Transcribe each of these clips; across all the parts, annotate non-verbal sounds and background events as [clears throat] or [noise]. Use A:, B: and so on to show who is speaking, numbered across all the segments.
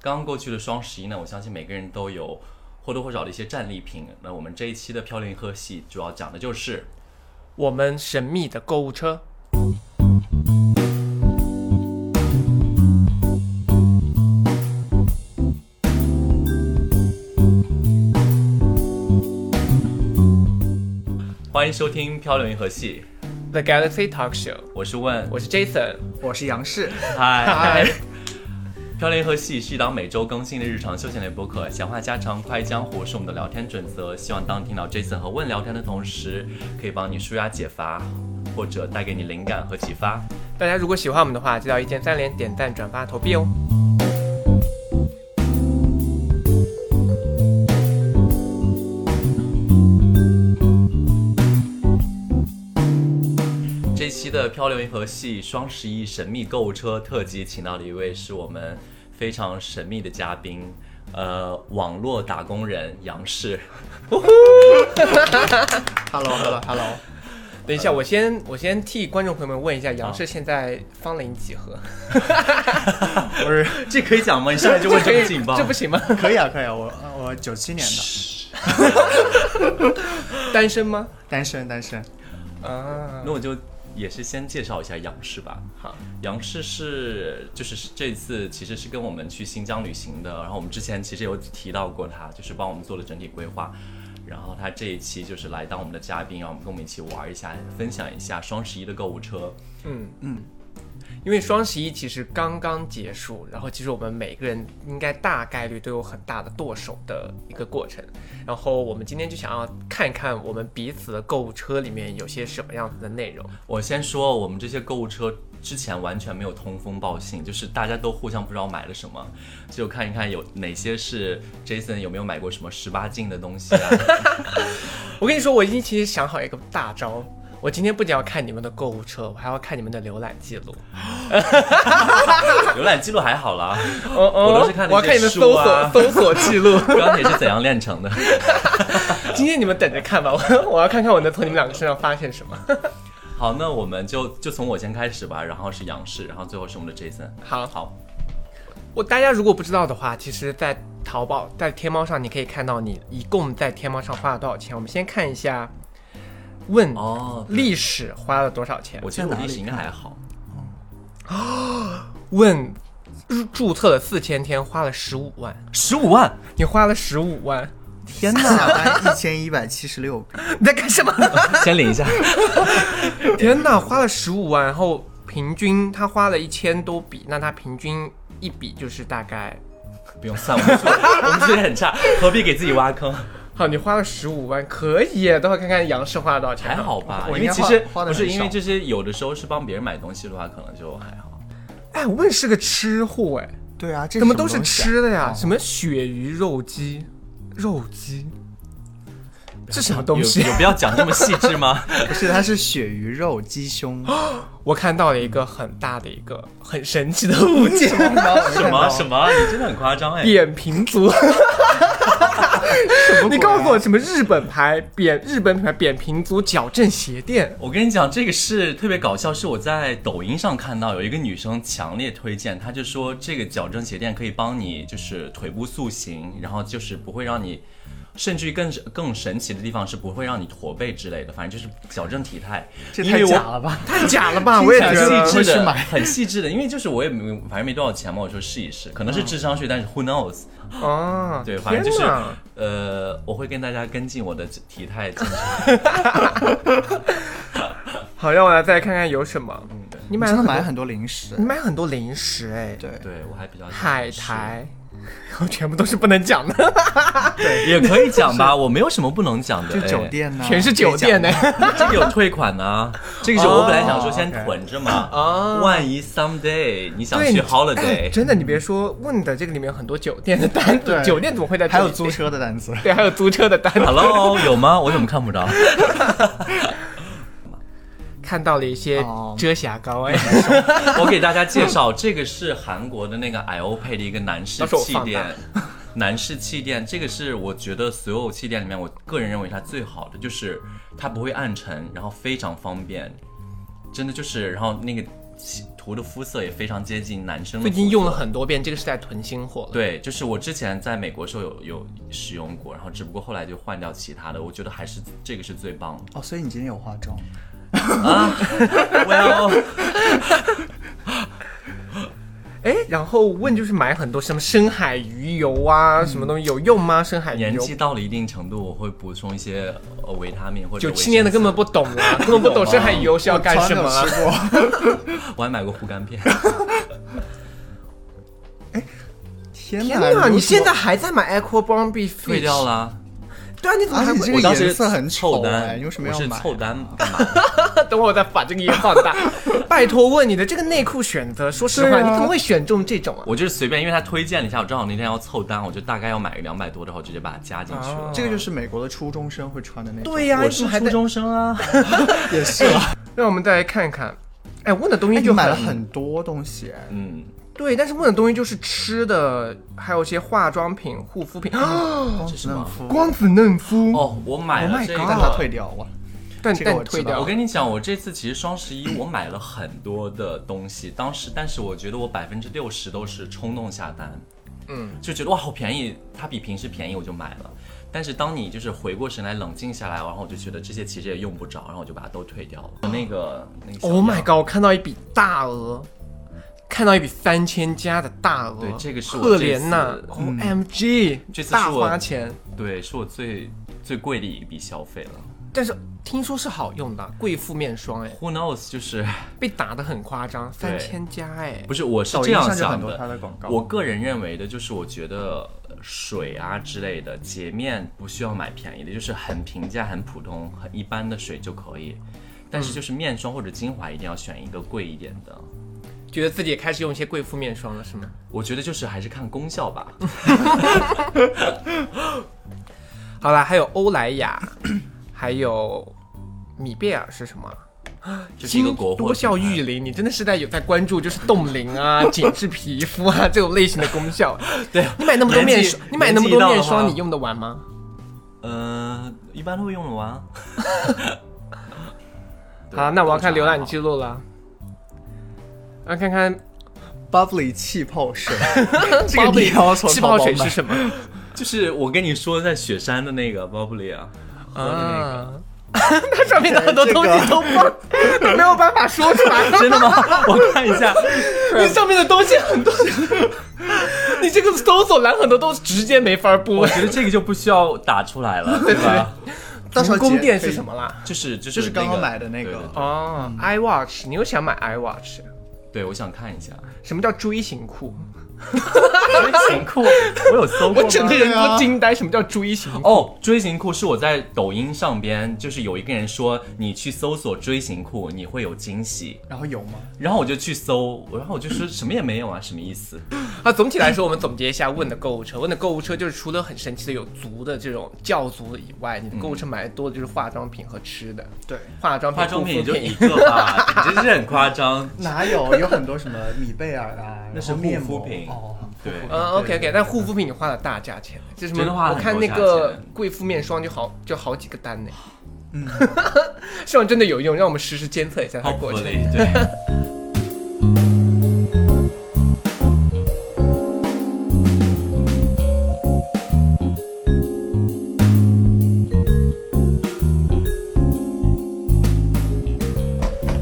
A: 刚刚过去的双十一呢，我相信每个人都有或多或少的一些战利品。那我们这一期的飘零贺喜主要讲的就是
B: 我们神秘的购物车。
A: 欢迎收听《漂流银河系
B: The Galaxy Talk Show，》，
A: 我是问，
B: 我是 Jason。
C: 我是杨氏，
A: 嗨
C: 嗨。
A: [laughs] 漂流银河系是一档每周更新的日常休闲类播客，闲话家常、快意江湖是我们的聊天准则。希望当听到 Jason 和问聊天的同时，可以帮你舒压解乏，或者带给你灵感和启发。
B: 大家如果喜欢我们的话，记得要一键三连、点赞、转发、投币哦。
A: 这期的《漂流银河系》双十一神秘购物车特辑，请到了一位是我们非常神秘的嘉宾，呃，网络打工人杨
B: [laughs]
A: 氏。
C: [laughs] Hello Hello Hello，
B: 等一下，我先我先替观众朋友们问一下，杨氏现在芳龄几何？
A: 不是，这可以讲吗？你上来 [laughs] 就问这
B: 这
A: 么
B: 可以
A: 劲爆，
B: 这
A: [laughs]
B: 不行吗？
C: 可以啊可以啊，我我九七年的，
B: 单身吗？
C: 单身单身，
B: 啊，
A: 那我就也是先介绍一下杨氏吧。
B: 好，
A: 杨氏是就是这次其实是跟我们去新疆旅行的，然后我们之前其实有提到过他，就是帮我们做了整体规划。然后他这一期就是来当我们的嘉宾，让我们跟我们一起玩一下，分享一下双十一的购物车。
B: 嗯嗯。因为双十一其实刚刚结束，然后其实我们每个人应该大概率都有很大的剁手的一个过程。然后我们今天就想要看一看我们彼此的购物车里面有些什么样子的内容。
A: 我先说，我们这些购物车之前完全没有通风报信，就是大家都互相不知道买了什么，就看一看有哪些是 Jason 有没有买过什么十八禁的东西啊？ [laughs]
B: 我跟你说，我已经其实想好一个大招。我今天不仅要看你们的购物车，我还要看你们的浏览记录。
A: 浏览记录还好啦，
B: 哦哦
A: 我都是看
B: 我要看
A: 那
B: 你
A: 些
B: 们
A: 书
B: 搜
A: 啊
B: 索搜索记录。 [laughs]
A: 钢铁是怎样炼成的？
B: 今天你们等着看吧，我我要看看我能从你们两个身上发现什么。 [laughs]
A: 好，那我们就就从我先开始吧，然后是杨氏，然后最后是我们的 Jason。
B: 好，
A: 好，
B: 我大家如果不知道的话，其实，在淘宝、在天猫上，你可以看到你一共在天猫上花了多少钱。我们先看一下，问
A: 哦，
B: 历史花了多少钱？
A: 我觉得我历史应该还好，
B: 问入注册了四千天，花了十五万，
A: 十五万，
B: 你花了十五万，
C: 天 [laughs] 哪，一千一百七十六 [laughs] 笔，
B: 你在干什么？
A: [laughs] 先领一 [laughs] 下。
B: 天呐，花了十五万，然后平均他花了一千多笔，那他平均一笔就是大概，
A: 不用算，我们数我们数学很差，何必给自己挖坑？
B: 好，你花了十五万，可以耶，等会儿看看杨氏花了多少钱。
A: 还好吧，
C: 我
A: 因
C: 应
A: 为
C: 该
A: 其
C: 花
A: 实
C: 花得
A: 不是
C: 很
A: 因为
C: 少
A: 这些，有的时候是帮别人买东西的话，可能就还好。
B: 哎，问是个吃货哎，
C: 对啊，这
B: 怎么都
C: 么
B: 是
C: 东西啊，
B: 吃的呀？什么鳕鱼肉鸡，肉鸡，这什么东西
A: 有？有必要讲这么细致
C: [laughs]
A: 吗？
C: 不是它是鳕鱼肉鸡 [laughs] 胸，
B: 我看到了一个很大的一个很神奇的物件，
A: 什么什么？你真的很夸张哎！
B: 扁平足。
C: 什么鬼啊？
B: 你告诉我什么日本牌扁日本品牌扁平足矫正鞋垫？
A: 我跟你讲，这个是特别搞笑，是我在抖音上看到有一个女生强烈推荐，她就说这个矫正鞋垫可以帮你就是腿部塑形，然后就是不会让你，甚至于更更神奇的地方是不会让你驼背之类的，反正就是矫正体态。
C: 这
A: 因为
C: 太
A: 我
C: 假了 [laughs] 吧？
B: 太假了吧！
C: 听
B: 我也
C: 起来
B: 觉
C: 是
B: 得
C: 一。
A: 细致
C: 会去
A: 的，
C: 买
A: 很细致的，因为就是我也没有，反正没多少钱嘛，我说试一试，可能是智商税，但是 who knows？
B: 哦，
A: 对，反正就是
B: 嗯天哪
A: 呃，我会跟大家跟进我的体态进
B: [laughs]
A: 程。
B: 好，让我来再看看有什么。
A: 嗯
B: 你买
C: 真
B: 了
C: 的买
B: 很
C: 很多零食
B: 多，你，买很多零食哎，
C: 对，
A: 对我还比较喜欢
B: 海
A: 吃
B: 苔， [laughs] 全部都是不能讲的，
A: 也可以讲吧， [laughs] 我没有什么不能讲的。
C: 就
A: 哎
C: 酒，店啊呢，
B: [laughs] 全是酒店呢
C: 可以。
A: 这个有退款
B: [laughs]
A: 呢。这个是我本来想说先囤着嘛，
B: 哦
A: 万一 someday 你
B: [laughs]
A: 想
B: 对
A: 去
B: 你
A: holiday，
B: 哎真的，你别说，问的这个里面有很多酒店的单子，
C: 对
B: 酒店怎么会在
C: 讲
B: 这
C: 还
B: 里
C: 有租？车的单子，
B: [laughs] 对，还有租车的单子。
A: ，Hello 有吗？我怎么看不着？
B: 看到了一些
C: 哦
B: 遮瑕膏，哎，
A: 我给大家介绍，这个是韩国的那个 i o p 的一个男士
B: 到时候我
A: 气
B: 放
A: 垫
B: 大，
A: 男士气垫，这个是我觉得所有气垫里面，我个人认为它最好的，就是它不会暗沉，然后非常方便，真的就是，然后那个涂的肤色也非常接近男生的
B: 最
A: 肤色。
B: 近用了很多遍，这个是在囤新货了。
A: 对，就是我之前在美国时候有有使用过，然后只不过后来就换掉其他的，我觉得还是这个是最棒的。
C: 哦，所以你今天有化妆？
B: [laughs]
A: well，
B: 哎，然后问就是买很多什么深海鱼油
C: 嗯
B: 啊，什么东西有用吗？深海鱼
A: 年
B: 油
A: 纪到了一定程度，我会补充一些呃维他命或者
B: 九
A: 维
B: 七年的
A: 生
B: 根
A: 素
B: 本不懂 [laughs] 啦，根本不懂深海鱼油是要干什么啊 [laughs]
C: 我。从来没有吃过。
A: 我还买过护肝
C: [laughs]
A: 片。
C: 天
B: 天
C: 哪！
B: 哪，
C: 你
B: 你现在
C: 怎么
B: 还在买 Aqua Bombi
A: 退
B: Fish？
A: 掉啦，
B: 对啊， [laughs] 你怎么还
C: 而且
B: 会？
C: 这
A: 我
C: 个
A: 当时
C: 颜色很
A: 凑
C: 丑
A: 单
C: 哎，你为什么
A: 我
C: 要
A: 是
C: 买
A: 凑
C: [laughs]
A: 单
B: 等会儿我再把这个也放大。 [laughs] 拜托问你的这个内裤选择，说实话，
C: 对啊
B: 你怎么会选中这种啊？
A: 我就是随便，因为他推荐了一下，我正好那天要凑单，我就大概要买个两百多的话，我直接把它加进去了。
C: 哦这个就是美国的初中生会穿的那种。
B: 对呀、
A: 我
B: 你怎
A: 是
B: 么还
A: 初
B: 在？
A: 中生啊，
C: 也是啊。
B: 让我们再来看看。哎，问的东
C: 哎
B: 西
C: 你
B: 就
C: 买了很多东西哎，
A: 嗯，
B: 对，但是问的东西就是吃的，还有一些化妆品、护肤品啊，
C: 光
A: 是
C: 子
A: 吗
C: 嫩
B: [gasps]
C: 肤。
B: 光子嫩肤。
A: 哦，我买
C: Oh
A: 了
C: my
A: 这
C: god！
A: 个。
C: 但它退掉了。
B: 但
C: 这个
B: 但
C: 我知
B: 退
C: 道
B: 掉
A: 啊我，跟你讲，我这次其实双十一我买了很多的东西，当时但是我觉得我百分之六十都是冲动下单，
B: 嗯，
A: 就觉得哇好便宜，它比平时便宜我就买了。但是当你就是回过神来冷静下来，然后我就觉得这些其实也用不着，然后我就把它都退掉了。那个那个小
B: Oh my
A: 样
B: god！我看到一笔大额，看到一笔三千加的大额，
A: 对这个是我
B: 赫
A: 这
B: 莲
A: 次
B: 呐
A: 嗯
B: ，OMG，
A: 这次
B: 大
A: 是我
B: 花钱，
A: 对，是我最最贵的一笔消费了。
B: 但是听说是好用的贵妇面霜，哎，
A: Who knows？就是
B: 被打得很夸张，
A: 对，
B: 三千加，哎
A: 不是我是
C: 抖
A: 这
C: 音
A: 样
C: 上就很
A: 想
C: 多它
A: 的。
C: 的广告。
A: 我个人认为的就是，我觉得呃水啊之类的洁面不需要买便宜的，就是很平价、很普通、很一般的水就可以。但是就是面霜或者精华一定要选一个贵一点的。
B: 觉得自己也开始用一些贵妇面霜了，是吗？
A: 我觉得就是还是看功效吧。
B: 好啦，还有欧莱
A: [clears throat]
B: 雅，还有米贝尔是什么啊？
A: 这是一个
B: [laughs]
A: 国货
B: 多效
A: 品牌
B: 育龄，你真的是在有在关注就是冻龄啊、
A: [laughs]
B: 紧致皮肤啊这种类型的功效。
A: 对
B: 你买那么多面霜
A: 年，纪
B: 你买那么多面
A: 年纪到了
B: 霜，
A: 吗
B: 你用得完吗？
A: 呃，一般都会用得 [laughs] 完。对啊
B: 好，那我要看
A: 通
B: 浏
A: 常还
B: 览记
A: 好
B: 录了。啊，看看
C: bubbly 气泡 [laughs] 水，这
B: 包
C: 个你
B: 里
C: 要从
B: 气
C: 淘
B: 泡
C: 宝
B: 水是
C: 买
B: 什么
A: 就是我跟你说在雪山的那个 bubbly 啊，喝的那个。
B: 啊？ [laughs] 它上面的很多东西都忘，
A: [laughs]
B: 都没有办法说出来。
A: 真的吗？ [laughs] 我看一下，
B: 你上面的东西很多， [laughs] 你这个搜索栏很多都直接没法播
A: 我。觉得这个就不需要打出来了，对吧？
C: 到时候
B: 宫
C: 姐
B: 殿
C: 可
B: 是
C: 以
B: 什么啦？
A: 就是就是
C: 就是刚刚买的那个
A: 对对对
B: 哦，iWatch，你又想买 iWatch？
A: 对，我想看一下。
B: 什么叫锥形裤？
A: 锥形裤，我有搜过
B: 我
A: 吗
B: 整个人都
A: 啊
B: 惊呆，什么叫锥形裤？
A: 哦，锥形裤是我在抖音上边，就是有一个人说你去搜索锥形裤，你会有惊喜。
C: 然后有吗？
A: 然后我就去搜，然后我就说什么也没有啊，什么意思？
B: [laughs] 啊，总体来说，我们总结一下问的购物车。问的购物车就是除了很神奇的有足的这种教足的以外，你的购物车买的多的就是化妆品和吃的。
C: 对，
B: 化妆品、
A: 嗯化妆品也
B: 护
A: 就
B: 肤
A: 一个吧，你真是很夸张。
C: [laughs] 哪有？有很多什么米贝尔啊，
A: 那是
C: 然后面膜
A: 护肤品
C: 哦，
A: 对
C: 护肤品
B: 嗯，OK
C: 对
B: OK，但护肤品你花了大价钱，就是
A: 真的花了
B: 我
A: 很
B: 看
A: 多
B: 那
A: 价
B: 个
A: 钱
B: 贵妇面霜就好就好几个单呢。
C: 嗯，
B: [laughs] 希望真的有用，让我们实时监测一下它
A: 好
B: 的过程。
A: 对对。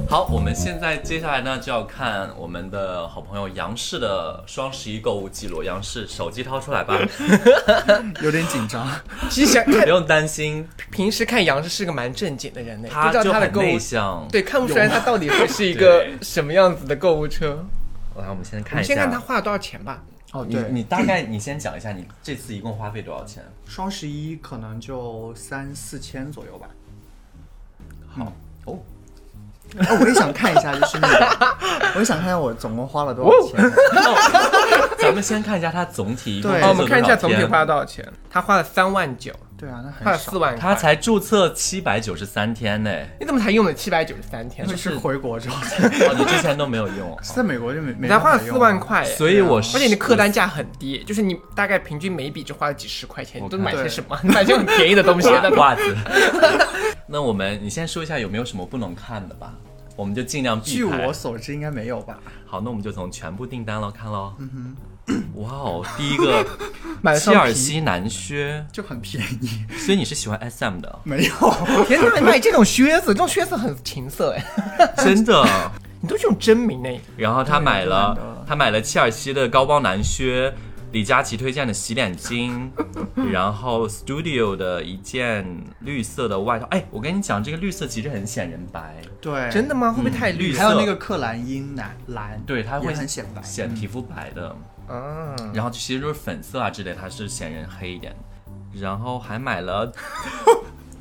A: 好，我们现在接下来呢就要看我们的好朋友杨氏的双十一购物记录。杨氏，手机掏出来
B: [laughs]
A: 吧，
C: 有点紧张。
B: 其实想 [laughs] 看
A: 不用担心，
B: 平时看杨是是个蛮正经的人呢，不
A: 他
B: 知道
A: 就
B: 他的
A: 很
B: 购物
A: 内向。
B: 对，看不出来他到底
A: [laughs]
B: 会是一个
A: 对
B: 什么样子的购物车。
A: 来，我们先
B: 我
A: 看
B: 们
A: 一下。
B: 先看他花了多少钱吧。
C: 哦，
A: 你你大概你先讲一下，你这次一共花费多少钱？
C: 双十一可能就三四千左右吧。好、
A: 哦
C: 哎我也想看一 [laughs] 下，就是那个，我也想看一下我总共花了多少钱。
A: [laughs] 咱们先看一下它总体一共
C: 对
A: 制
B: 好，哦我
A: 作
B: 们看一下
A: 多
B: 总
A: 少
B: 体
A: 天
B: 花了多少钱。他花了三万九，
C: 对啊，那
B: 花了
C: 很
B: 四
C: 少。
B: 万，
A: 他。才注册七百九十三天
B: [laughs]
A: 呢，
B: 你怎么才用了七百九十三天
C: 就？是回国 [laughs] 之后才，
A: 哦，你之前都没有用啊，
C: 在美国就没没
B: 你才花了
C: 办法
B: 四
C: 用
B: 万，块耶，
A: 所以我是
B: 而且你的客单价很低，就是你大概平均每笔就花了几十块钱，
A: 我
B: 你
A: 看
B: 都买些什么？你 [laughs] 买些很便宜的东西，
A: 挂
B: 但
A: 挂子。那我们你先说一下有没有什么不能看的吧？我们就尽量避
C: 据
A: 开
C: 我。所知，应该没有吧？
A: 好，那我们就从全部订单了看喽。
B: 嗯
A: 哇哦，第一
B: [laughs]
A: 个
C: 买了
A: 切
C: 双
A: 尔
C: 皮
A: 西男靴，
C: 就很便宜，，
A: 所以你是喜欢 SM 的
C: 没有。
B: 天哪，卖这种靴子，这种靴子很情色哎，
A: 真的。
B: 你都是用真名哎，
A: 然后他买
C: 对懒得
A: 了，他买了切尔西的高帮男靴，李佳琦推荐的洗脸 [laughs] 巾，然后 Studio 的一件绿色的外套。哎，我跟你讲，这个绿色其实很显人白，
C: 对，
B: 真的吗？会不会
A: 嗯
B: 太
A: 绿
B: 绿
A: 色
C: 还有那个克兰因蓝蓝，
A: 对，它
C: 也
A: 会
C: 很显白。
A: 显皮肤白的。
B: 啊？
A: 然后其实就是粉色啊之类，它是显人黑一点。然后还买 [laughs] 了，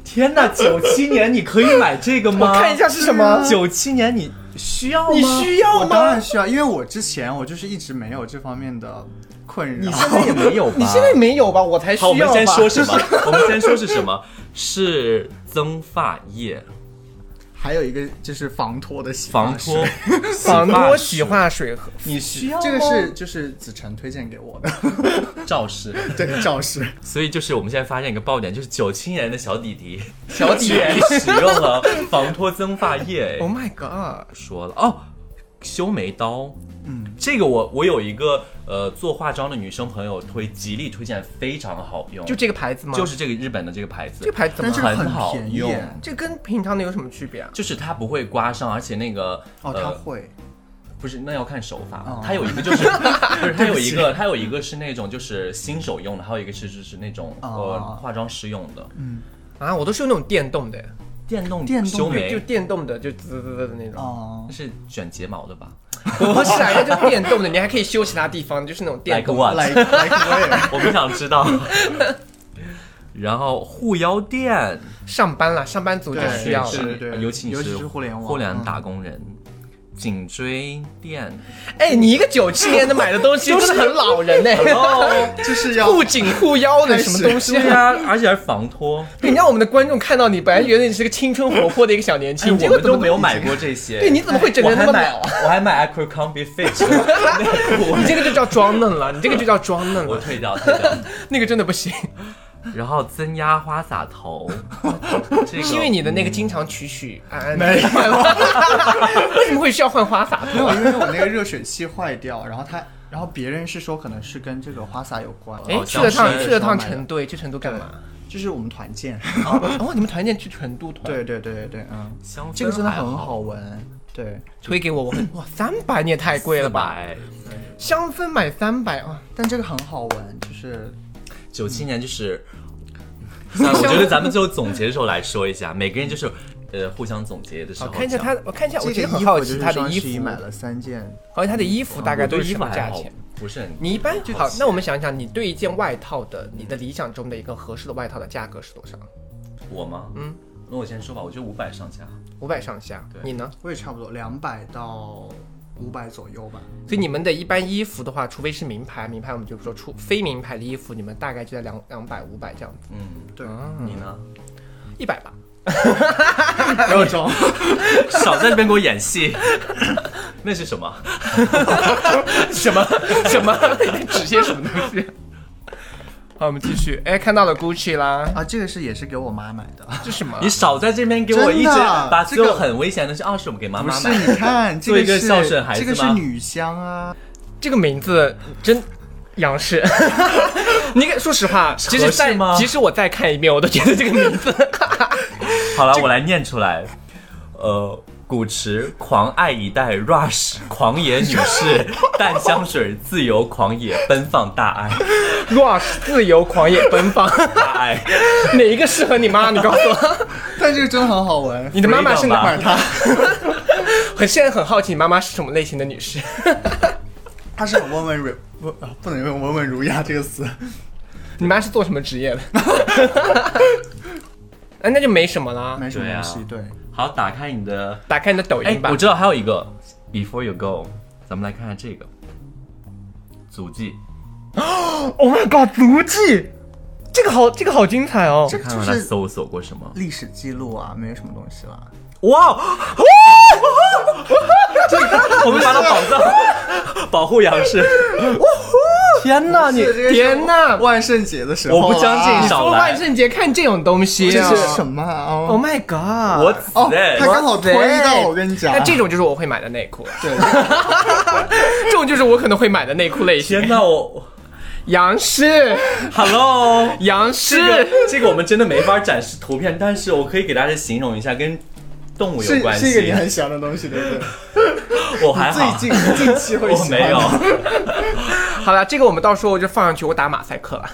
A: 天哪，九七年你可以买这个
B: 我
A: 吗？
B: 看一下是什么，
A: 九七年你需要吗？
B: 你需要
C: 我当
B: 吗
C: 然？需要，因为我之前我就是一直没有这方面的困扰。
A: 你现在也没有吧？
B: 你现在没有吧？我才需
A: 好，
B: 要
A: 我们先
B: 吧
A: 说什么？ [laughs] 我们先说是什么？是增发液、
C: [laughs] 还有一个就是防脱的洗
A: 防
C: 发水
A: 脱、
B: 防脱洗
A: 水。
B: 发水和
A: 你需要
C: 这个是就是子晨推荐给我 [laughs] 的，
A: 肇事，
C: 对，赵氏
A: [laughs] 所以就是我们现在发现一个爆点，就是九七年的小弟弟 [laughs]
B: 小
A: 居然使用了防脱增发液。哎
B: Oh my god！
A: 说了哦，修眉刀，嗯，这个我我有一个呃做化妆的女生朋友推极力推荐，非常好用，
B: 就这个牌子吗？
A: 就是这个日本的这个牌子，
B: 这个牌子怎
C: 但
B: 么
C: 是
B: 了？
A: 很好
C: 便宜
A: 用
C: 耶
B: 这跟平常的有什么区别啊？
A: 就是它不会刮伤，而且那个
C: 哦，他
A: 呃
C: 会
A: 不是那要看手法，
C: 哦
A: 它有一个就是不是它有一个它有一个是那种就是新手用的，还有一个是就是那种呃
C: 哦
A: 化妆师用的
B: 啊，我都是用那种电动的，
A: 电动
C: 电动
A: 修
B: 就就
A: 眉，
B: 电动的，就滋滋滋的那种。
C: 哦
A: 那，是卷睫毛的吧？
B: 不是啊，人家就电动的，你还可以修其他地方，就是那种电
A: Like
B: 动
A: what？
B: 的。
C: 来来
A: [laughs]
C: 我
A: 我不想知道。然后护腰垫。
B: 上班啦，上班族就
C: 对
B: 需要
A: 是呃
B: 了。
C: 对对
A: 尤其你
C: 尤其是互联网
A: 互联打工人，颈椎垫，
B: 哎，你一个九七年的买的东西，真的很老人呢、
C: 也就是要
B: 护颈护腰的什么东
A: [laughs]
B: 西
A: 对
B: 啊？
A: 啊，而且还防脱，
B: 对你让我们的观众看到你，本来觉得你是个青春活泼的哎一个小年
A: 其实
B: 轻，结
A: 哎我
B: 果
A: 们
B: 怎么
A: 都没有买过这些。
B: 对，你怎么会整个
A: 我
B: 人那
A: 还
B: 么
A: 买
B: 老啊？，
A: 我还买 Acro Combi Fit， [laughs]
B: 你这个就叫装嫩了，你这个就叫装嫩
A: 我
B: 了，
A: 退掉退掉。
B: 那个真的不行，
A: 然后增压花洒
B: [laughs]
A: 头，这个
B: 是因为你的那个经常曲曲安安的。
C: [laughs] 没有，
A: 嗯
B: 为什么会需要换花洒？
A: 哦
C: 没有，因为我那个热水器坏掉，然后他，然后别人是说可能是跟这个花洒有关，
A: 哦
B: 哎，去
A: 像
B: 了
A: 是
B: 趟去了趟
C: 买的
B: 成都，哎去成都干嘛？
C: 就是我们团建，
B: 哦，你们团建去成都团，
C: 对对对对对，嗯，
A: 香
C: 这个真的
A: 氛还
C: 很好
A: 好
C: 闻，对，
B: 推给我，我会哇，三百你也太贵了吧？
A: 百
B: 香氛买三百啊，
C: 但这个很好闻，就是
A: 九七年
B: [laughs]
A: 就是。算了我觉得咱们最后总结的时候来说一下，每个人就是，呃，互相总结的时
B: 我
A: 候。
B: 哦看一下他，我看一下，我其
C: 这
B: 实
C: 个
B: 很
C: 衣
B: 好
C: 服就
B: 奇
C: 是
B: 他的
C: 双
B: 衣
C: 十一
B: 服，
C: 买了三件，
B: 好像他的衣服大概都是什么价钱。，
A: 不是很
B: 你一般好，那我们想想，你对一件外套的，你的理想中的一个合适的外套的价格是多少？
A: 我吗？
B: 嗯，
A: 那我先说吧，我觉得五百上下。
B: 五百上下
A: 对，
B: 你呢？
C: 我也差不多两百到五百左右吧，
B: 所以你们的一般衣服的话，除非是名牌，名牌我们就不说，出非名牌的衣服，你们大概就在两两百、五百这样子，
A: 嗯，
C: 对，
A: 你
B: [laughs]
A: 呢？
B: 一百吧。
C: 没有中，
A: 少在那边给我演戏。 [laughs] 那是什
B: [laughs]
A: 么？
B: 什么 [laughs] 什么？你指些什么东西？ [laughs] 好，我们继续。哎，看到了 Gucci 啦，
C: 啊，这个是也是给我妈买的，
B: 这什么
A: 你？少在这边给我
C: 真的
A: 一直把所有
C: 这个
A: 很危险的是二十，我们给妈
C: 不
A: 妈
C: 是，
A: 买。
C: 你看，这
A: 做一个
C: 个是
A: 孝顺孩子
C: 这个
A: 吗
C: 是女香啊，
B: 这个名字真杨 [laughs] 氏。你给说实话，即使
A: 合
B: 再
A: 适吗
B: 即使我再看一遍，我都觉得这个名字 [laughs]
A: 好了，我来念出来。呃，古驰狂爱一代 Rush 狂野女士淡香水自由狂野奔放大爱
B: rush 自由狂野奔 [laughs] 放，
A: 大爱。
B: 哪一个适合你妈？你告诉 [laughs] 我，
C: 但这个真的很好闻，
B: 你的妈妈是哪？ [laughs]
A: Freedom 吧
C: 它
B: 很现在很好奇，你妈妈是什么类型的女 [laughs] 士？
C: 它是很温文儒不啊不能用温文儒雅这个词，
B: 你妈是做什么职 [laughs] 业的？哎，那就没什么啦。
C: 没什么
A: 对啊
C: 东西，对，
A: 好，打开你的。
B: 打开你的抖
A: 哎
B: 音，吧
A: 我。知道还有一个 Before You Go，咱们来看看这个足迹。
B: Oh my god，足迹，这个好，这个好精彩哦！
C: 这
A: 看
C: 就
A: 看他
C: 是
A: 搜索过什么？
C: 历史记录啊，没有什么东西了。
A: 哇！ [laughs] 我们把它宝藏保护杨氏。天哪，你
C: 这个是
B: 天哪
C: 万圣节的时候啊，
A: 我不相信
B: 你
A: 少
B: 说
A: 来
B: 万圣节看这种东西、
C: 这
B: 啊，
C: 是什么啊？
B: Oh
C: 哦
B: my god！
A: 我
C: 哦
A: 死哎
C: 他刚好推到我跟你讲，啊
B: 那这种就是我会买的内裤了，
C: 对，
B: 这种就是我可能会买的内裤类型。
A: 天哪，我
B: 杨氏，
A: Hello。
B: 杨
A: 这个
B: 氏，
A: [laughs] 这个我们真的没法展示图片，但是我可以给大家形容一下，跟动物
C: [laughs]
A: 有
C: 是
A: 关
C: 是一个你
A: 系。
C: 很喜欢的东西，对不 [laughs] 对？
A: 我还好，
C: 最近近期会喜
A: [laughs] 我
C: 欢
A: 没有，
C: [laughs]
B: 好了，这个我们到时候就放上去，我打马赛克了，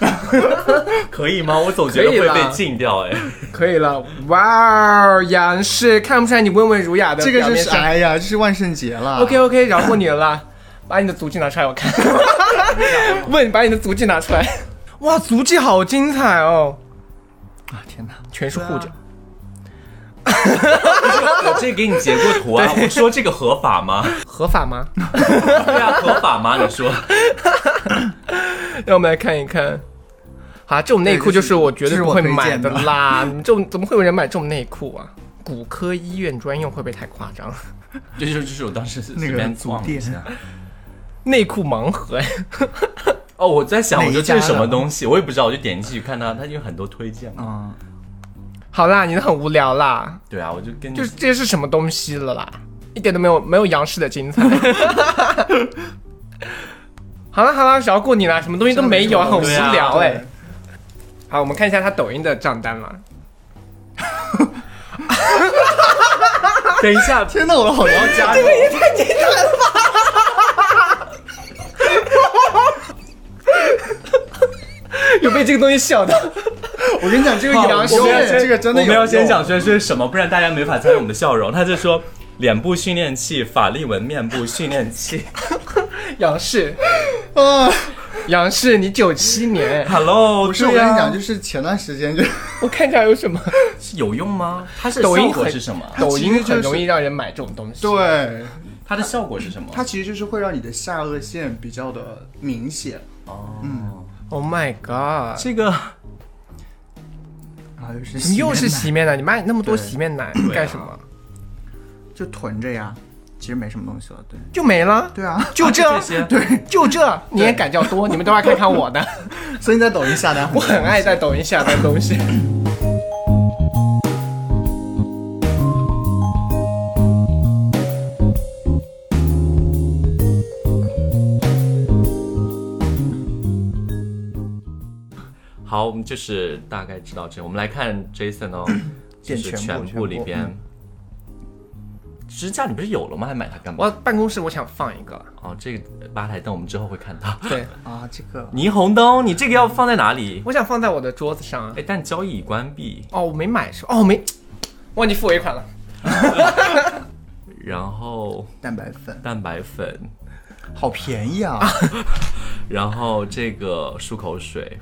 A: 可以吗？我总觉得
B: 可以
A: 会
B: 啦
A: 被禁掉哎。
B: 可以了。哇哦，杨氏，看不出来你温文儒雅的
C: 这个
B: 表
C: 就
B: 面
C: 是
B: 上。
C: 哎呀，这是万圣节了。
B: OK OK，饶过你了啦，把你的足迹拿出来我看。 [laughs] 问，把你的足迹拿出来。哇，足迹好精彩哦，
C: 啊，天哪！
B: 全是护着。
A: 我这给你截过图啊，我说这个合法吗？
B: 合法吗？
A: 对啊，合法吗？你说
B: 让我们来看一看。啊，这种内裤就是我绝对不会买的 [laughs] 啦！你这种怎么会有人买这种内裤啊？骨科医院专用会不会太夸张？
A: 这就是就是我当时随
C: 那个
A: 便
C: 组
A: 逛了一
C: 店
A: 下。
B: 内裤盲盒，哎
A: 哦，我在想，
C: 哪
A: 我
C: 一
A: 说
C: 家
A: 这是什
C: 的
A: 么东西，我也不知道，我就点进去看它，它有很多推荐嘛。
C: 嗯，
B: 好啦，你的很无聊啦，
A: 对啊，我就跟你
B: 就是这是什么东西了啦？一点都没有没有杨氏的精彩。 [laughs] 好了好了，饶过你啦，什么东西都没有，很无
A: 对啊
B: 聊哎、
C: 对
B: 好，我们看一下他抖音的账单了。
A: 等一
C: [laughs]
A: 下，
C: 天哪，我的好要 [laughs] 加油！
B: 有被这个东西笑到？ [laughs]
C: 我跟你讲，这个
A: 好
C: 有
A: 我
C: 用，
A: 们要先
C: 这个真的
A: 我
C: 有
A: 们
C: 用
A: 要先讲轩轩什么，不然大家没法参与我们的笑容。他就说脸部训练器、法令纹面部训练器。
B: 杨氏，
C: 啊！
B: 杨氏，你九七年，
A: Hello，
C: 不是，我
A: 对
C: 跟
A: 啊
C: 你讲，就是前段时间就
B: 我看一下有什么。
A: 是有用吗？它是
B: 抖音
A: 效果
B: 很
A: 是什么？
B: [laughs] 抖
C: 其
B: 音
C: 实就是
B: 很容易让人买这种东西。，
C: 对
A: 它的效果是什么？
C: 它其实就是会让你的下颚线比较的明显
A: 哦，
C: 嗯
B: ，Oh my god，
A: 这个
C: 啊，就是
B: 你又是
C: 洗
B: 洗面奶，你买那么多
C: 对
B: 洗面奶
A: 啊
B: 干什么？
C: 就囤着呀，其实没什么东西了，对
B: 就没了，
C: 对啊，
B: 就这
A: 这些，
C: 对，
B: [laughs] 就这，你也敢叫多？你们都要看看 [laughs] 我的，
C: 所以你在抖音下单，
B: 我很爱在抖音下单东 [laughs] 西。
A: 好，我们就是大概知道这。我们来看 Jason
C: [clears throat]
A: 哦，就
C: 见
A: 是
C: 全部
A: 全部里
C: 全部
A: 边，支架你不是有了吗？还买它干嘛？
B: 我办公室我想放一个，
A: 哦，这个吧台灯我们之后会看到。
B: 对，
C: 啊，这个
A: 霓虹灯，你这个要放在哪里？
B: 我想放在我的桌子上啊。
A: 哎，但交易已关闭。
B: 哦，我没买是吧？哦，我没，忘记付尾款了。
A: 然后
C: 蛋白粉
A: 蛋白粉，
C: 好便宜啊，
A: 然后这个漱口水，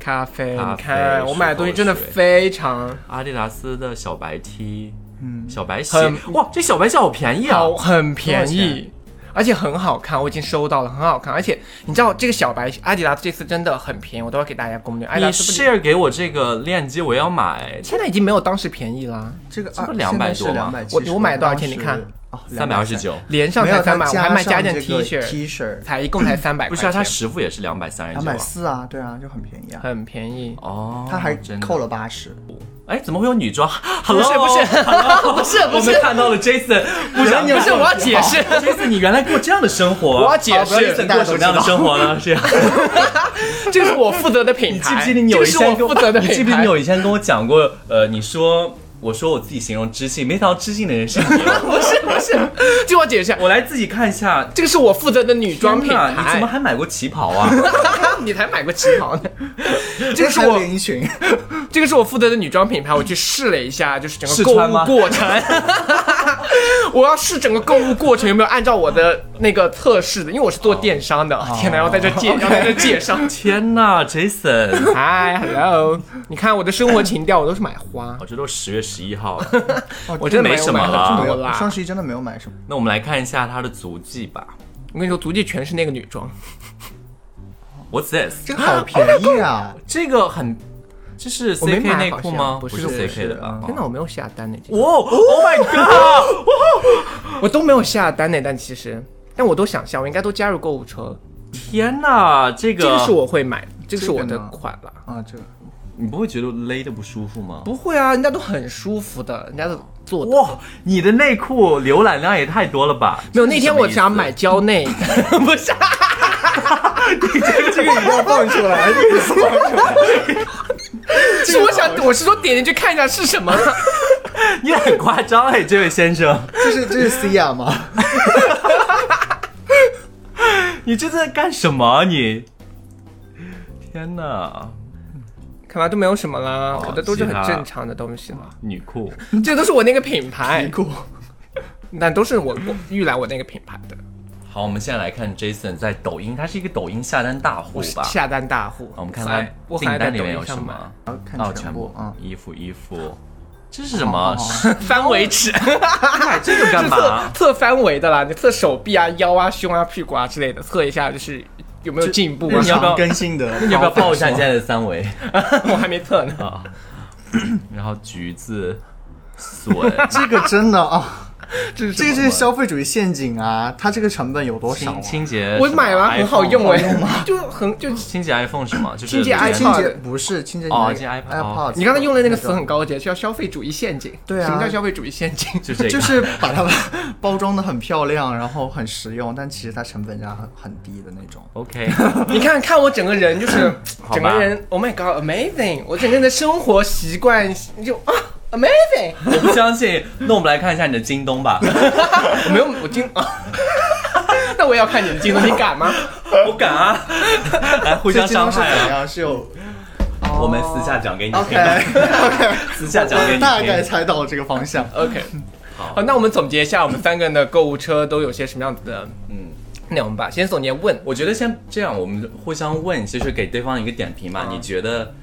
B: 咖啡，
A: 咖啡
B: 你看我买的东西真的
A: 漱口水
B: 非常
A: 阿迪达斯的小白 T，
C: 嗯，
A: 小白鞋
B: 很，
A: 哇，这小白鞋好便宜啊！
B: 好，很便
A: 多少
B: 宜，而且很好看，我已经收到了，很好看。而且你知道这个小白阿迪达斯这次真的很便宜，我都要给大家攻略。阿迪
A: 你
B: 达斯不仅
A: share 给我这个链接，我要买。
B: 现在已经没有当时便宜啦，
C: 这个
A: 这不
C: 啊
A: 200多吗
C: 两百，
B: 我我买多少钱你看，
C: 哦，
A: 三百二十九，
B: 连
C: 230，
B: 上
C: 没
B: 才
C: 有
B: 三百，
C: 它
B: 我还卖
C: 加上
B: 件
C: 这
B: T
C: 个
B: 恤，
C: T 恤
B: 才一共才三百
A: 不
B: 块
A: 是啊，
B: 钱，
A: 它实付也是两百三十
C: 两
A: 九
C: 百四啊，对啊，就很便宜啊，
B: 很便宜。
A: 哦，
C: 他还
A: 真的
C: 扣了。八十，
A: 哎，怎么会有女
B: [laughs]
A: 装？不啊
B: 不是不是不是
A: [laughs] 我
B: 不
A: 们
B: 是
A: 看到了 Jason，不想
B: 不是，我要解释。
A: [laughs] Jason，你原来过这样的生活，
B: 我要解释
A: 好 Jason 过什么样的生活呢？是啊呀，
B: 这个是我负责的品
A: 你记不
B: 牌，
A: 记得你有
B: 这
A: 一
B: 是
A: 天
B: 我
A: 跟我
B: 负责的
A: 你记
B: 品
A: 不记得
B: 牌
A: 你。有一天跟我讲过？呃，你说我说我自己形容知性，没想到知性的人是你。
B: 不是不是，就 [laughs] 我解释一下，
A: 我来自己看一下。
B: 这个是我负责的女装
A: 天
B: 品
A: 哪
B: 牌。
A: 你怎么还买过旗袍啊？ [laughs]
B: [laughs] 你才买过旗袍呢？这个是
C: 还有
B: 我
C: 连衣裙，
B: 这个是我负责的女装品牌，我去试了
A: [laughs]
B: 一下，就是整个
A: 试
B: 购
A: 穿吗
B: 物过程。 [laughs] 我要试整个购物过程有没有按照我的那个测试的，因为我是做电商的。
A: 哦
B: 天哪，要在这
A: [laughs]
B: 介要在这介绍。
A: 天哪，Jason！
B: [laughs] 嗨，hello，你看我的生活情调，我都是买花
A: 我，这都十月十一号了， [laughs]
C: 哦
B: 我真的
A: 没
B: 有
A: 什么
B: 买很
A: 啦
C: 没
B: 多
C: 有
B: 啦。
C: 双十一真的没有买什么，
A: 那我们来看一下他的足迹吧。
B: 我跟你说，足迹全是那个女
A: [laughs]
B: 装，
A: What's this？
C: 这个好便宜啊，
A: 这个很，这是
B: 我没
A: CK
B: 买
A: 内
B: 好
A: 裤
B: 像
A: 吗？
B: 不
A: 不
B: 是啊
C: 不
A: CK
C: 是
A: 的啊吧？
B: 真的我没有下单呢，这个
A: 哇，Oh my
B: [laughs]
A: god！
B: 我都没有下单呢。但其实，但我都想下，我应该都加入购物车。
A: 天哪，这个
B: 这个是我会买，这个是
C: 这个
B: 我的
C: 呢
B: 款了。
C: 啊，这个
A: 你不会觉得勒的不舒服吗？
B: 不会啊，人家都很舒服的，人家都做的。
A: 哇，你的内裤浏览量也太多了吧？
B: 没有，那天我想
A: 这
B: 买蕉内，不是啊，
C: 这个一定要放出来，这个一定要放出来。
B: 是我想，我是说点进去看一下是
A: [laughs]
B: 什么。
A: 是什么意思， [laughs] 你很夸张哎，这位先生， [laughs]
C: 这是这是 C 啊亚吗？
A: 你这在干什么？你，天哪，
B: 看来都没有什么啦，我的都是
A: 其
B: 很
A: 他
B: 正常的东西嘛。
A: 女裤，
B: 这都是我那个品牌，
C: 过
B: 那都是我我预览我那个品牌的，
A: 好，我们现在来看 Jason 在抖音，他是一个抖音下单大户
B: 我是
A: 吧？
B: 下单大户。
A: 我们看
B: 还
A: 他
B: 我
A: 订
B: 还在
A: 单里
B: 抖
A: 面有
B: 音
A: 什
B: 上买，
A: 么？
C: 看
A: 哦，
C: 全
A: 全
C: 部
B: 嗯
C: 啊，
A: 衣服衣服，这是什么？
B: 翻围尺，
A: 这个干
B: 是测 [laughs]
A: 嘛？
B: 测翻围的啦，你测手臂啊、腰啊、胸啊、屁股啊之类的，测一下就是有没有进步
A: 那
B: 啊
A: 你。要不要
C: 常更新的，
A: [laughs] 你要不要报一下你现在的三围
B: [laughs] 我还没
A: [laughs]
B: 测呢。
A: 啊？然后橘子、
B: [laughs]
A: 笋、
C: 这个真的啊，
B: 这是
C: 这个就是消费主义陷阱啊！它这个成本有多少啊
A: 清？清洁，
B: 我买了，很好用
A: 哎。
B: 哎，就很就
A: 清洁 iPhone 是吗？就是
B: 清洁
A: 连
B: iPhone
C: 清洁不是清洁
A: 哦
C: 你
A: 这
C: 那
A: iPod
C: 个 iPod，
B: 你刚才用的那个词很高级，叫消费主义陷阱。
C: 对啊
B: 什么叫消费主义陷阱？
A: 就这个，
C: 就是把它 [laughs] 包装的很漂亮，然后很实用，但其实它成本价很很低的那种。
A: OK。
B: [laughs] 你看看我整个人，就是
A: 好吧
B: 整个人，Oh my God，amazing！我整个人的生活习惯就啊，amazing！
A: 我不相信，那我们来看一下你的京东吧。
B: 我没有，我今啊， [laughs] 那我也要看你的镜头，你敢吗？
A: 我敢啊，来互相伤害
C: 这金融是怎
A: 啊！
C: 样？是有
A: 我们私下 [laughs] 讲给你听
C: OK，OK，
A: [laughs] 私下讲给你
C: [laughs] 大概
A: 听。
C: 猜到这个方向。 [laughs]
B: OK，
A: 好
B: 好，那我们总结一下，我们三个人的购物车都有些什么样子的
A: 嗯，
B: 内容吧。先总结问，
A: 我觉得先这样，我们互相问，就是给对方一个点评嘛。你觉得，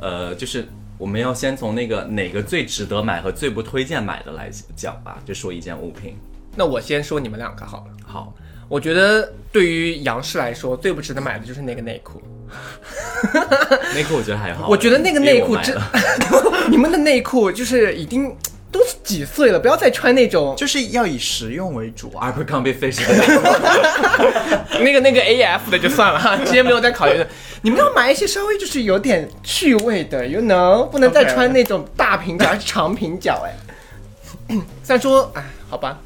A: 呃，就是我们要先从那个哪个最值得买和最不推荐买的来讲吧，就说一件物品。
B: 那我先说你们两个好了。
A: 好，
B: 我觉得对于杨氏来说，最不值得买的就是那个内裤。
A: 内裤我觉得还好。
B: 我觉得那个内裤
A: 因为
B: 真
A: 我买了，
B: [laughs] 你们的内裤就是已经都是几岁了，不要再穿那种
C: 就是要以实用为主啊！
A: upper compensation。
B: 那个那个 AF 的就算了哈， [laughs] 今天没有在考虑的。你们要买一些稍微就是有点趣味的，you know，不能再
C: OK
B: 穿那种大平角还是长平角哎。 [laughs] 虽然说，哎，好吧，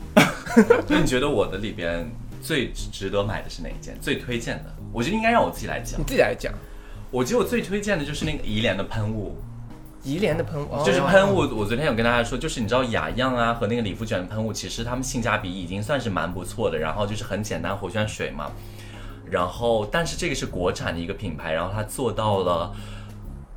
A: 那 [laughs] 你觉得我的里边最值得买的是哪一件？最推荐的？我觉得应该让我自己来讲
B: 你。自己来讲。
A: 我觉得我最推荐的就是那个怡莲的喷雾，
B: 怡莲哦的喷雾
A: 就是喷雾。我昨天有跟大家说，就是你知道雅漾啊和那个理肤泉喷雾，其实它们性价比已经算是蛮不错的。然后就是很简单活泉水嘛，然后但是这个是国产的一个品牌，然后它做到了。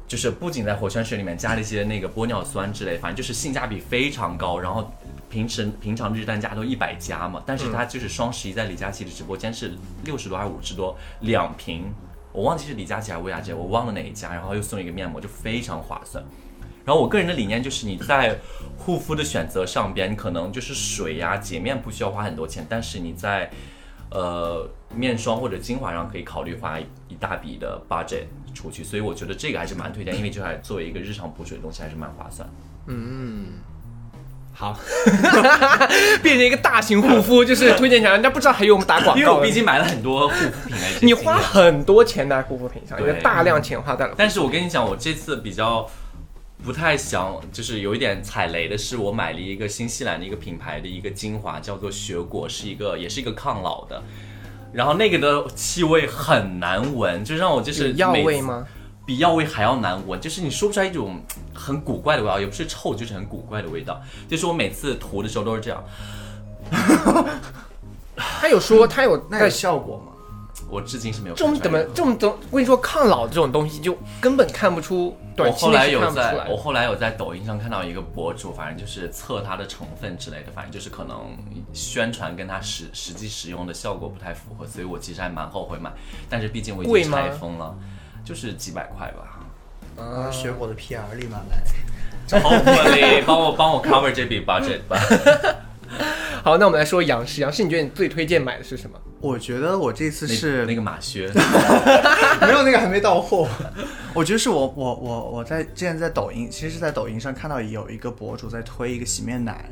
A: 就是不仅在活泉水里面加了一些那个玻尿酸之类，反正就是性价比非常高。然后平时平常日单价都一百加嘛，但是它就是双十一在李佳琦的直播间是六十多还是五十多两瓶，我忘记是李佳琦还是薇娅姐，我忘了哪一家，然后又送一个面膜，就非常划算。然后我个人的理念就是，你在护肤的选择上边，你可能就是水呀、洁面不需要花很多钱，但是你在呃面霜或者精华上可以考虑花一大笔的 budget 出去，所以我觉得这个还是蛮推荐，因为这还作为一个日常补水的东西还是蛮划算。
B: 好，变成一个大型护肤，就是推荐起来，人家不知道还以为我们打广
A: 因为
B: 告
A: 我
B: 了 [laughs]
A: 毕。竟买了很多护肤品来，
B: 你花很多钱在护肤品上，因
A: 对
B: 为大量钱花在了。
A: 但是我跟你讲，我这次比较不太想，就是有一点踩雷的是，我买了一个新西兰的一个品牌的一个精华，叫做雪果，是一个也是一个抗老的。然后那个的气味很难闻，就让我就是
B: 有药
A: 每次
B: 味吗？
A: 比药味还要难闻，就是你说不出来一种很古怪的味道，也不是臭，就是很古怪的味道。就是我每次涂的时候都是这样，
B: 他有说他有
C: 那有
B: 在
C: 效果吗？
A: 我至今是没有
B: 这种
A: 试出来
B: 怎么
A: 的
B: 这种怎么？我跟你说，抗老这种东西就根本看不出，短
A: 我
B: 期
A: 后来
B: 内是
A: 有
B: 看不出
A: 在，
B: 来哦
A: 我。后来有在抖音上看到一个博主，反正就是测它的成分之类的，反正就是可能宣传跟它实实际使用的效果不太符合，所以我其实还蛮后悔买，但是毕竟我已
B: 贵
A: 经
B: 吗
A: 拆封了，就是几百块
B: [laughs]
A: 吧。
B: 啊
C: 学我的 PR 立马来。
A: 好嘞，帮我帮我 cover 这笔 budget 吧。
B: 好，那我们来说杨氏。杨氏，你觉得你最推荐买的是什么？
C: 我觉得我这次
A: 那
C: 是
A: 那个马
B: [laughs]
A: 靴，
C: 没有那个还没到货。 [laughs] 我觉得是我我我我在之前在抖音，其实是在抖音上看到有一个博主在推一个洗面奶，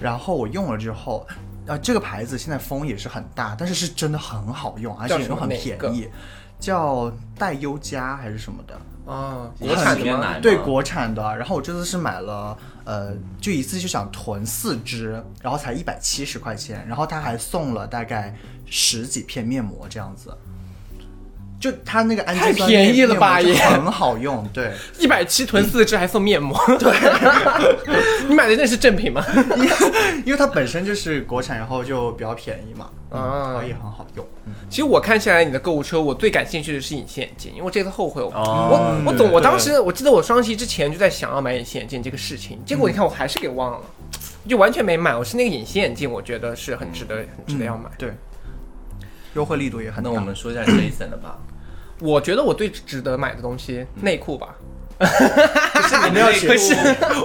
C: 然后我用了之后，呃，这个牌子现在风也是很大，但是是真的很好用，而且
B: 叫什
C: 又
B: 么
C: 很
B: 哪
C: 便
B: 个
C: 宜，叫黛优佳还是什么的，
B: 啊，
A: 也
B: 国产
A: 是
B: 的
A: 原
B: 吗
A: 奶吗
C: 对国产的。然后我这次是买了，呃，就一次就想囤四支，然后才一百七十块钱，然后他还送了大概十几片面膜这样子。就它那个氨基
B: 太
C: 酸
B: 便宜了吧
C: 面膜就
B: 也
C: 很好用，对，
B: [laughs] 一百七囤四支还送面 [laughs] 膜，对， [laughs] 你买的那是正品吗？
C: 因为因为它本身就是国产，然后就比较便宜嘛，
B: 啊
C: 嗯，然后也很好用。
B: 其实我看下来你的购物车，我最感兴趣的是隐形眼镜，因为我这次后悔我、
A: 哦
B: 我我
C: 对
B: 总我
C: 对
B: 当时我记得我双十一之前就在想要买隐形眼镜这个事情，结果你看我还是给忘了，就完全没买。我是那个隐形眼镜，我觉得是很值得很值得要买。
C: 对，优惠力度也很大。
A: 那我们说一下 Jason 的
B: [laughs]
A: 吧，
B: 我觉得我最值得买的东西内裤吧，
A: 可
B: 哎
A: 是
C: 没有
A: 内
C: 写
A: 可是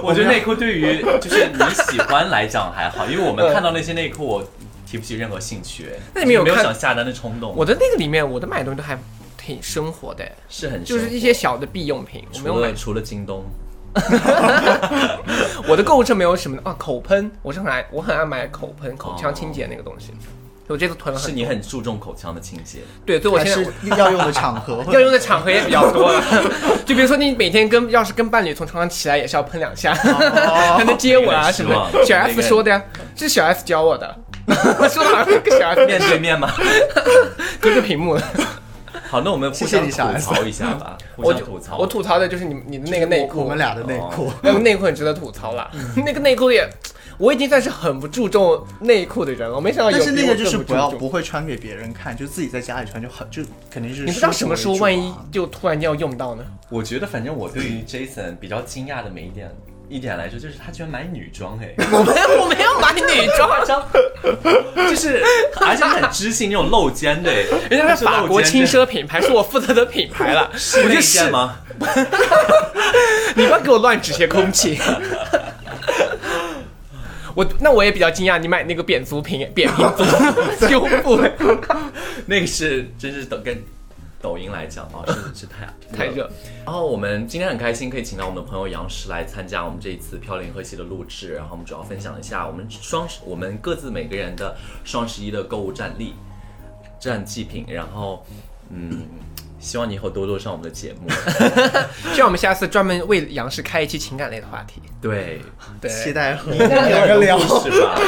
A: 我觉得内裤对于就是你喜欢来讲还好，因为我们看到那些内裤，我提不起任何兴趣，
B: 嗯那你们有
A: 没有
B: 看
A: 想下单的冲动？
B: 我的那个里面我的买的东西都还挺生活的，
A: 是很
B: 就是
A: 生
B: 一些小的必用品，我没有
A: 除
B: 买
A: 了除了京东，
B: 我的购物车没有什么的啊，口喷，我是很爱，我很爱买口喷，口腔清洁那个东西。我这次囤了
A: 是
B: 很
A: 你很注重口腔的清洁，
B: 对，所以我
C: 还
B: 现在
C: 是要用的场合
B: 要用的场合也比较多了。 [laughs] 就比如说你每天跟要是跟伴侣从床上起来，也是要喷两下， [laughs] 才能接吻啊什么
A: 哦那个
B: 的。
A: 是
B: 小
A: 吧
B: F 说的呀，这是小 F 教我的， [laughs] 说的好像跟小 F
A: 面对面
B: [laughs]
A: 吗？
B: 隔着屏幕了。
A: 好，那我们互
C: 谢谢
A: 相
C: 你
A: 吐
C: 小 S
A: 槽一下吧，互
B: 我
A: 相
B: 就
A: 吐槽。
B: 我吐槽的就是你你的那个内裤，哦
C: 我们俩的内裤。
B: 那个内裤很值得吐槽啦。
A: 嗯
B: 那个内裤也，我已经算是很不注重内裤的人了，我没想到有
C: 但是
B: 比
C: 那
B: 我
C: 个就是
B: 更
C: 不
B: 注
C: 要
B: 重
C: 不会穿给别人看，就自己在家里穿就很就肯定是
B: 你不知道
C: 舒
B: 什
C: 服
B: 么
C: 为
B: 时候
C: 主
B: 万
C: 啊
B: 一就突然间要用到呢？
A: 我觉得反正我对于 Jason 比较惊讶的每一点一点来说，就是他居然买女装哎、
B: 我没有，我没有买女装，
A: 就是 [laughs] 而且很知性那种露肩的、哎
B: [laughs] 人家
A: 他
B: 是
A: 是
B: 法国
A: 露肩
B: 轻奢品牌，是我负责的品牌了。
A: 哎是
B: 我就
A: 内
B: 是
A: 线？吗？
B: 你不要给我乱指些空气。我那我也比较惊讶，你买那个扁足瓶、扁平足 [laughs] 修复，
A: 那个是真是抖跟抖音来讲啊，是是太
B: 太热。
A: 然后我们今天很开心，可以请到我们的朋友杨石来参加我们这一次《飘零和谐》的录制。然后我们主要分享一下我们双十，我们各自每个人的双十一的购物战力、战绩品。然后，嗯，希望你以后多多上我们的节目。 [laughs]
B: 希望我们下次专门为杨氏开一期情感类的话题。
A: 对，
B: 对，
C: 期待和两个聊，
A: 是吧？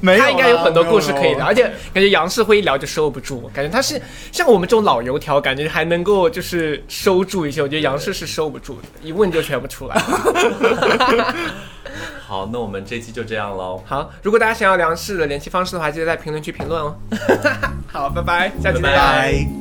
C: 没有
B: 他应该有很多故事可以聊，
C: 聊。
B: 而且感觉杨世辉一聊就收不住，感觉他是像我们这种老油条，感觉还能够就是收住一些。我觉得杨世是收不住的，一问就全部出来。
A: 好，那我们这期就这样喽，
B: 好，如果
C: [laughs]
B: 大家想要杨世的联系方式的话，记得在评论区评论哦。好，拜拜，下期
A: 拜
B: 再
A: 拜
B: 见。
C: 拜。